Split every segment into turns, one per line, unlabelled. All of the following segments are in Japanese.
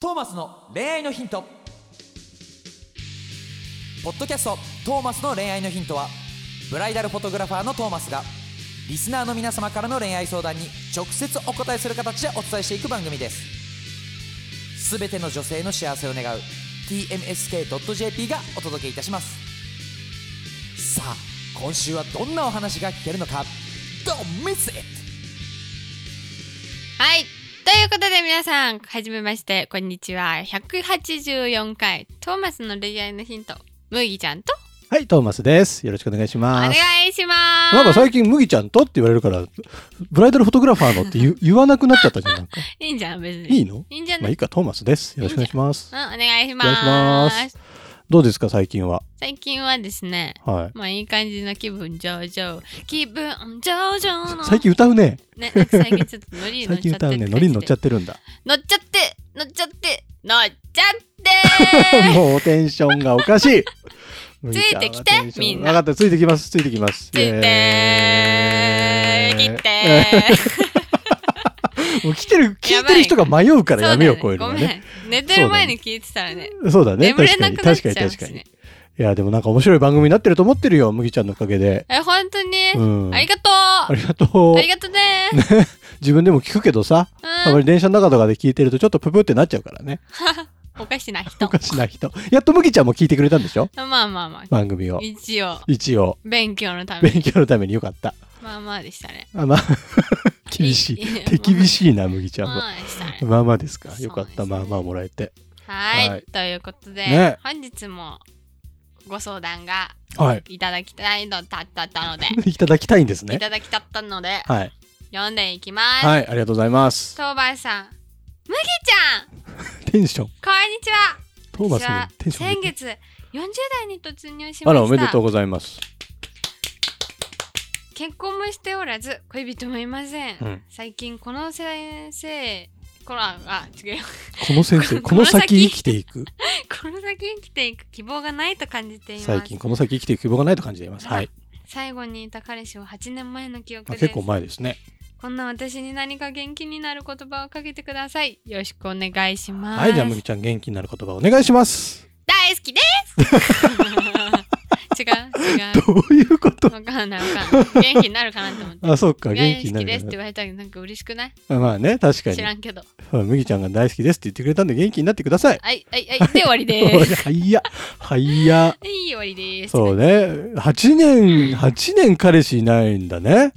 トーマスの恋愛のヒントポッドキャスト「トーマスの恋愛のヒントは」ブライダルフォトグラファーのトーマスがリスナーの皆様からの恋愛相談に直接お答えする形でお伝えしていく番組ですすべての女性の幸せを願う TMSK.jp がお届けいたしますさあ今週はどんなお話が聞けるのか Don't miss it!
はい。ということで皆さん、はじめまして、こんにちは。184回、トーマスの恋愛のヒント、麦ちゃんと
はい、トーマスです。よろしくお願いし
お
ま
願
す。
いします。
なんか最近、麦ちゃんとって言われるから、ブライダルフォトグラファーのって言う言わなくなっちゃったじゃん。なん か
いいんじゃん、別に。
いい
の
の
いいんじゃ
ま
な
あい
い、
いか、トーマスです。よろしくお願いします。
うん、お願いしま。
お願いしますどうですか、最近は。
最近はですね、
は
まあいい感じの気分上々。気分上々
い。
の。
最近歌うね。
ね、なんか最近ちょっとノリに乗っ
最
ちゃ
近
って
歌うね。ノリに乗っちゃ
っ
ってるんだ。
て。乗っちゃって、乗っちゃっ て、乗っちゃって
もうテンションがおかし い。つ
いてきてみんな
分かった、ついてきます、ついてきます。
ついて
イエー
ー
イ
切ってー
もう来てる、聞
や
い
ばい
てる人が迷うからやめよう、
そ
こういうう
だ
の
ね
は
ご
ね。
めん寝てる前に聞いてたらね
そうだね。
眠れ
確か
な
に、
くなっ
確
ち
か
ゃ
に、
うし、ね、
確かに。いや、でもなんか面白い番組になってると思ってるよ、麦ちゃんのおかげで。
え本当に、
うん。
ありがとう
ありがとう
あ。りがとうねー、
自分でも聞くけどさ、あまり電車の中とかで聞いてるとちょっとププってなっちゃうか らね。
うん、おかしな人
おかしな人。やっと麦ちゃんも聞いてくれたんでしょ
まあまあまあ
番組を。
一応
一応、
勉強のために
勉強のためによかった。
まあまあでしたね
あ、ま あ、厳し
いい
い。手厳しいな、麦ちゃん
まあ
も。
まあでしたね
まあまあですか
そう。ですね
よかった。まあまあもらえて。
はい、
はい
ということで、
ね
本日もご相談が
はい。
いただきたいのだったの で、
いただきたいんです
い
ね。
ただきたったので
はい。
読んでいきます、
はい、ありがとうございます。
当番さん麦ちゃん
テンション。
こんにちは
トーマスのテンシ
私
ョン
は
上
先
げて。
月40代に突入しました
あら、おめでとうございます。
結婚もしておらず恋人もいません、
うん
最近この先生このあ違うよ
この先生、この先生きていく。
この先生きていく希望がないと感じています
最近、この先生きていく希望がないと感じています。はい。
最後にいた彼氏は8年前の記憶
まあ
です
結構前ですね。
こんな私に何か元気になる言葉をかけてくださいよろしくお願いします、
はい、じゃあ、むぎちゃん、元気になる言葉お願いします。
大好きです 違う違う
どういうこと
わかんないわかんない元気になるかなと思って
あ、そっか、
大
元
好
気にな
きですって
る
言われたらなんか嬉しくない
から。まあね、確かに
知。らんけど
そうむぎちゃんが大好きですって言ってくれたんで、元気になってください。
はいはいはいで終わりで
おい
ーす
はいや、は いや。
はい終わりでーす
そうね。8年、8年彼氏いないんだね。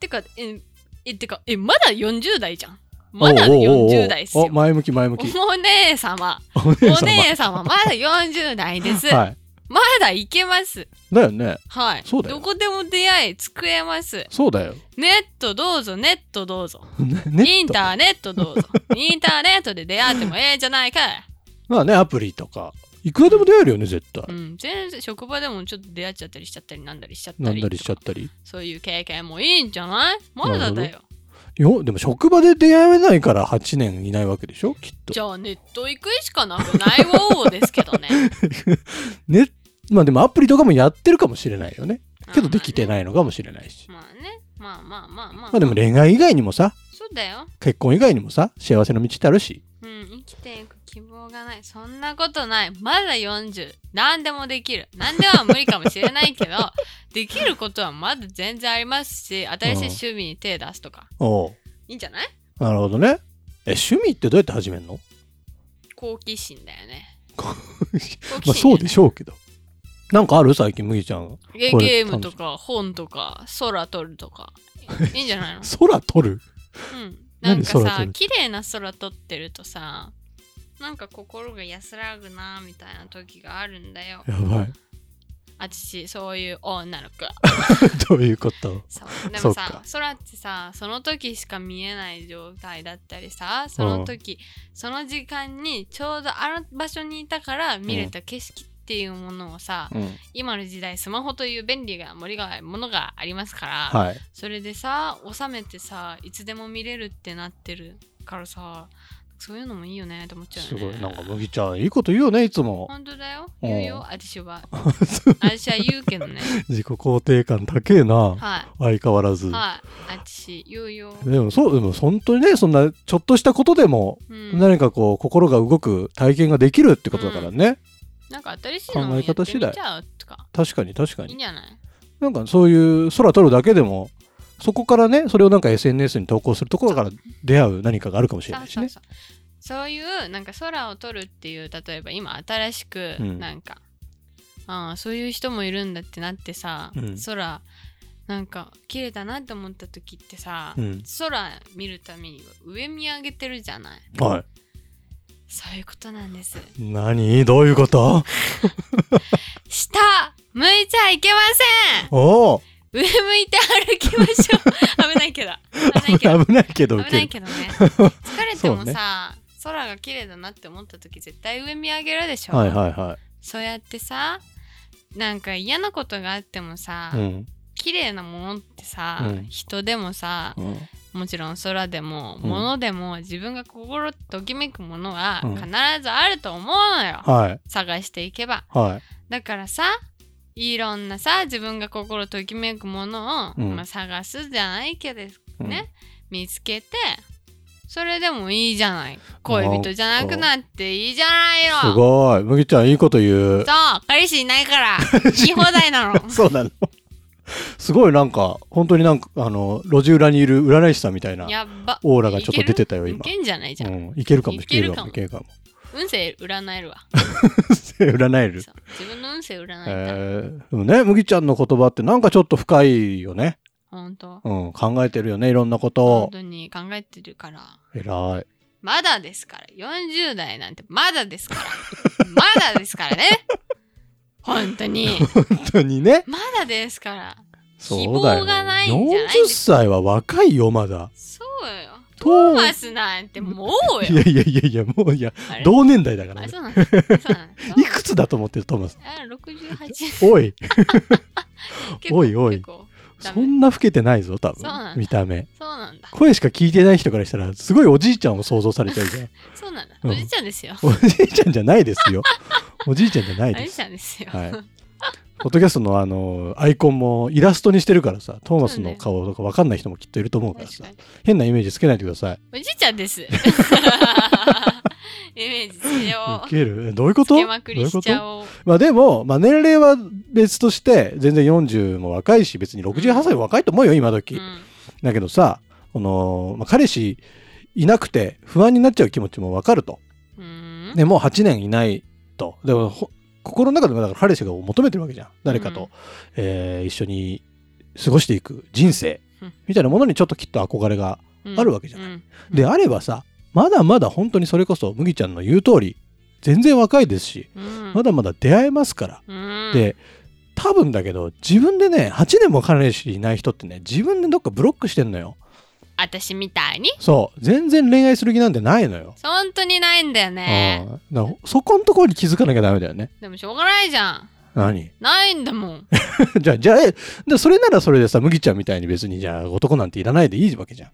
てかええてかえまだ40代じゃんまだ
おうおうおうおう
40代っすよ
お前向き、前向き。
お姉 様
お姉
お
さ
姉様まだ40代です、
ま。はい。
まだいけます
だよね。
はい
そうだよ
どこでも出会い作れます
そうだよ。
ネットどうぞネットどうぞ
ねネット
インターネットどうぞインターネットで出会ってもええじゃないかい
まあね、アプリとか。いくらでも出会えるよね、絶対
う。ん全然職場でもちょっと出会っちゃったりしちゃったりなんだりしちゃった
な
り
んだりしちゃったり。
そういう経験もいいんじゃないまだだ
なる
よ
よ、でも職場で出会えないから8年いないわけでしょきっと
じ。ゃあネット行くしかなくないわーですけどね
ね。まあでもアプリとかもやってるかもしれないよね。けどできて
い
ないのかもしれないし。
まあね、まあまあまあまあ。
まあでも恋愛以外にもさ、
そうだよ。
結婚以外にもさ、幸せの道ってあるし。
うん、生きていく希望がない。そんなことない。まだ40。何でもできる。何では無理かもしれない けど、できることはまだ全然ありますし、新しい趣味に手出すとか。
おう
いいんじゃない
なるほどね。え、趣味ってどうやって始めるの
好奇心だよね。
ま
好
あ
奇
そう
心
でしょうけど。なんかある最近、麦ちゃん。
ゲ
こ
ゲ
れ
ームとか本とか空撮るとか。いいんじゃないの
空撮る
うん。な
何
んか
空撮
さ
る、
綺麗な空撮ってるとさ、なんか心が安らぐなみたいな時があるんだよ。
やばい。
あちしそういう女の子
どういうこと
そうで
そ
も
う
さ
か
空ってさその時しか見えない状態だったりさその時、その時間にちょうどあの場所にいたから見れた景色っていうものをさ、
うん。
今の時代スマホという便利が森がものがありますから、
はい。
それでさ収めてさいつでも見れるってなってるからさそういうのもいいよねと思っちゃう
す
よね
ごい。なんか、麦ちゃん、いいこと言うよね、いつも。
本当だよ
うん
言うよ私は私は言うけどね
自己肯定感高えな。
は
相変わらず
い。はい私言うよ、
でも、そう、でも、本当にね、そんな、ちょっとしたことでも、
うん、
何かこう、心が動く体験ができるってことだからね。
なんか新しいの
考
や
え
って
方
み
次第
ちゃうとか
確かに、確か
いい
に
ん。じゃない
なんか、そういう空撮るだけでも、そこからね、それをなんか SNS に投稿するところから出会う何かがあるかもし
そ
れな
う
いし
そう
ね。
そうそういうなんか空を撮るっていう例えば今新しく
うん
なんか、ああそういう人もいるんだってなってさ、
うん
空なんか綺麗だなって思った時ってさ、
うん。
空見るために上見上げてるじゃない
はい。
そういうことなんです
何どういうこと
下向いちゃいけません
おお
上向いて歩きましょ う危ないけど危ないけど
危ないけど、
危ないけ
け
どね疲れて
そ
も
うね
さ、空が綺麗だなって思った時絶対上見上げるでしょ、
はいはいは
そうやってさなんか嫌なことがあってもさ、
い。うん。
綺麗なものってさ、
うん
人でもさ
うん
もちろん空でも、
うん
物でも自分が心ときめくものは
うん
必ずあると思うのよ、
はい
探していけば
はい。
だからさいろんなさ自分が心ときめくものを、
うん
まあ、探すじゃないけど
うん
ね、見つけてそれでもいいじゃない恋人じゃなくなっていいじゃないよ
すごい。麦ちゃん、いいこと言
そ
う。
う彼氏いない から言い放題なの
そうなの。すごいなんか、本当になんか、あの、路地裏にいる占い師さんみたいな、
やっば
オーラがちょっと出てたよ
い
今
けるいけんじゃないじゃ、
うんん、いけるか
い
も、い
け
け
る
る
か
か
も
も、いけるかも。
運勢占えるわ
占える。
そう自分の運勢占いたい、
えー、でもね、麦ちゃんの言葉ってなんかちょっと深いよね。
本当
うん、考えてるよね、いろんなこと
本
を。
当に考えてるから
偉い。
まだですから40代なんてまだですからまだですから ね本当に
本当にね。
まだですから
そうだ
希望がないんじゃ
よ。
ない
40歳は若いよ、まだ。
そうよ
ト
トーマスなんてもう
い
よ
やいやいやいや、もういや、
あれ
同年代だから
あ
ね。
そうなんだそうなんだ
いくつだと思ってる、トーマス。
あ68
おい、
結構
おいおい
結構ダメ
そんな老けてないぞ、多
そうなんだ
分。見た目。
そうなんだ
声しか聞いてない人からしたら、すごいおじいちゃんを想像されちゃうじゃん。
そうなんだ
うん
おじいちゃんですよ
おじいちゃんじゃないですよ。おじいちゃんじゃない
お
で
じい
す
ち。ゃんですよ
はい。ポッドキャストのあの、アイコンもイラストにしてるからさ、トーマスの顔とかわかんない人もきっといると思うから
確
さ
かに、
変なイメージつけないでください。
おじいちゃんです イメージつけよ
ウ
う
ケるえどういうこ
つ
とど
け
う
まく
い
り
う
し
こ
ちゃ
と
おう
まあでも、まあ年齢は別として、全然40も若いし、別に68歳も若いと思うよ、今時。
うん
だけどさ、この、まあ、彼氏いなくて不安になっちゃう気持ちもわかると。
うん
でもう8年いないと。でもほ心の中でもだから彼氏が求めてるわけじゃん。誰か
う
と、
ん
えー一緒に過ごしていく人生
うん
みたいなものにちょっときっと憧れが。
うん
あるわけじゃない
うん
であればさ、まだまだ本当にそれこそ麦ちゃんの言う通り、全然若いですし、
うん
まだまだ出会えますから。
うん
で、多分だけど自分でね、8年も彼氏いない人ってね、自分でどっかブロックしてんのよ。
私みたいに
そう。全然恋愛する気なんてないのよ。
本当にないんだよね
うんだからそこのところに気づかなきゃダメだよね。
でもしょうがないじゃん
何
ないんだもん
じゃあ、じゃあ、えでそれならそれでさ、麦ちゃんみたいに別に、じゃあ、男なんていらないでいいわけじゃん。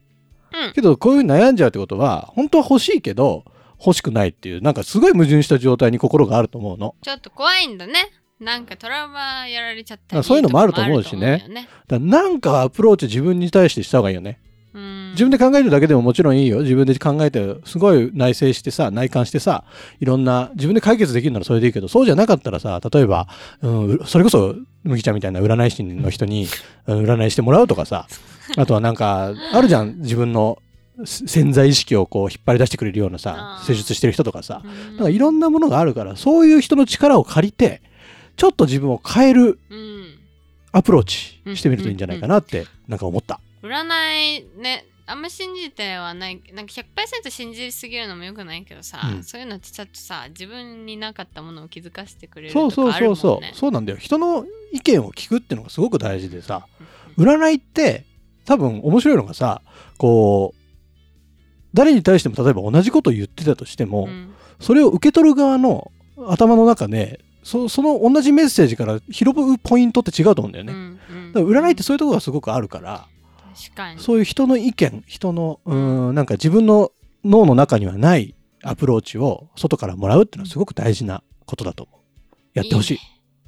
うん
けど、こういうふうに悩んじゃうってことは、本当は欲しいけど、欲しくないっていう、なんかすごい矛盾した状態に心があると思うの。
ちょっと怖いんだねなんかトラウマやられちゃった
あ
り
そういうのもあると思うし
とか
ね
もあると思うよね
だからなんかアプローチ自分に対してした方がいいよね。
うん
自分で考えるだけでももちろんいいよ。自分で考えて、すごい内省してさ、内観してさ、いろんな、自分で解決できるならそれでいいけど、そうじゃなかったらさ、例えば、うん、それこそ、むきちゃんみたいな占い師の人に、うん占いしてもらうとかさ、あとはなんか、あるじゃん、自分のせ潜在意識をこう引っ張り出してくれるような
あ
さ、
ー
施術してる人とかさ、
う
なんかいろんなものがあるから、そういう人の力を借りて、ちょっと自分を変える
うん
アプローチしてみるといいんじゃないかなって、なんか思った。
占いねあんま信じてはないなんか100%信じすぎるのもよくないけどさ、
うん
そういうのってちょっとさ自分になかったものを気づかせてくれる
そ
と
うそう
かある
そ
もんね
うそう、そうなんだよ人の意見を聞くっていうのがすごく大事でさ
うん
占いって多分面白いのがさこう誰に対しても例えば同じことを言ってたとしても、
うん
それを受け取る側の頭の中でそその同じメッセージから拾うポイントって違うと思うんだよね、
うんうん
だから占いってそういうところがすごくあるから、
確かに
そういう人の意見人のうーんなんか自分の脳の中にはないアプローチを外からもらうっていうのはすごく大事なことだと思う。やってほしい。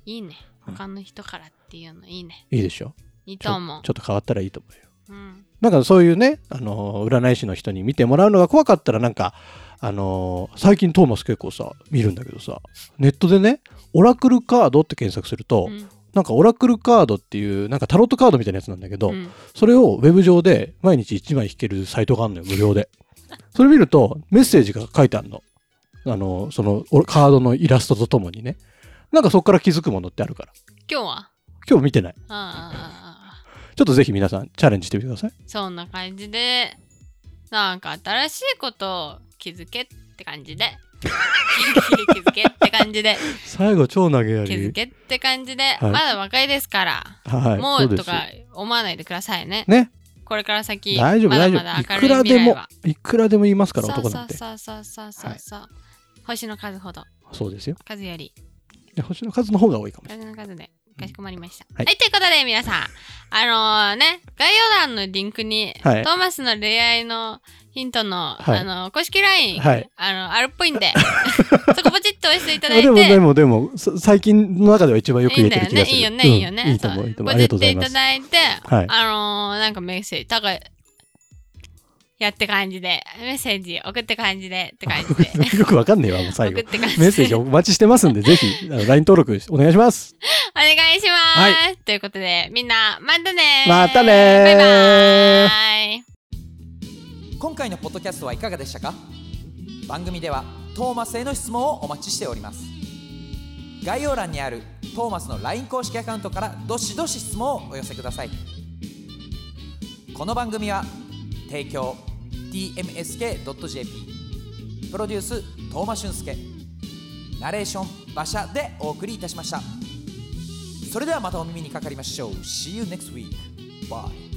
い
いいね
うん
他の人からっていうのいいね
いでしょ
いい
ちょ
と思う
ちょっと変わったらいいと思うよ。
うん
なんかそういうね、あのー占い師の人に見てもらうのが怖かったらなんか、あのー最近トーマス結構さ見るんだけどさネットでねオラクルカードって検索すると、
うん
なんかオラクルカードっていうなんかタロットカードみたいなやつなんだけど、
うん
それをウェブ上で毎日1枚引けるサイトがあるのよ無料でそれ見るとメッセージが書いてあるのあのそのおカードのイラストとともにねなんかそこから気づくものってあるから
今日は
今日見てない
ああああああ
ちょっとぜひ皆さんチャレンジしてみてください
そんな感じでなんか新しいことを気づけって感じで 気づけって感じで
最後超投げや
気づ
り
けって感じで、
はい
まだ若いですから、
はい
も
そうです
とか思わないでくださいね
ね
これから先
大丈夫
まだ
大
ま
丈
だ明
夫いく
るい
ら
未
で
来
も
はい
くらでも言いますから男なんて
そうそうそうそうそうそう、星の数ほど
そうですよ
数より
で星の数の方が多いかもしれ
数の数でかしこまりました、
はい
はいということで皆さんあのね概要欄のリンクに、
はい
トーマスの恋愛のヒントの、
はい
あの公式 LINE、
はい
あのあるっぽい んでそこポチッと押していただ
ないい
て
でもでもでもさ最近の中では一番よく
いい
言
ん
えて
だ
る
よ
気が
ね
する
いいよねいいよね、
うんいいと思ういいと思うありがとうございま
ポチ
す
ッていただいて
はい
あのー、なんかメッセージ、たかやって感じで、メッセージ送って感じでって感じ で、
よくわかんねえわ、もう最
送
後
っ。て感じで。
メッセージお待ちしてますんで、ぜひ、あの LINE 登録お願いします。
お願いします、
は
ということで、みんな、またねー
またねー
バイバーイ
今回のポッドキャストはいかがでしたか番組ではトーマスへの質問をお待ちしております概要欄にあるトーマスの LINE 公式アカウントからどしどし質問をお寄せくださいこの番組は提供 tmsk.jp プロデューストーマ俊介ナレーション馬車でお送りいたしましたそれではまたお耳にかかりましょう See you next week Bye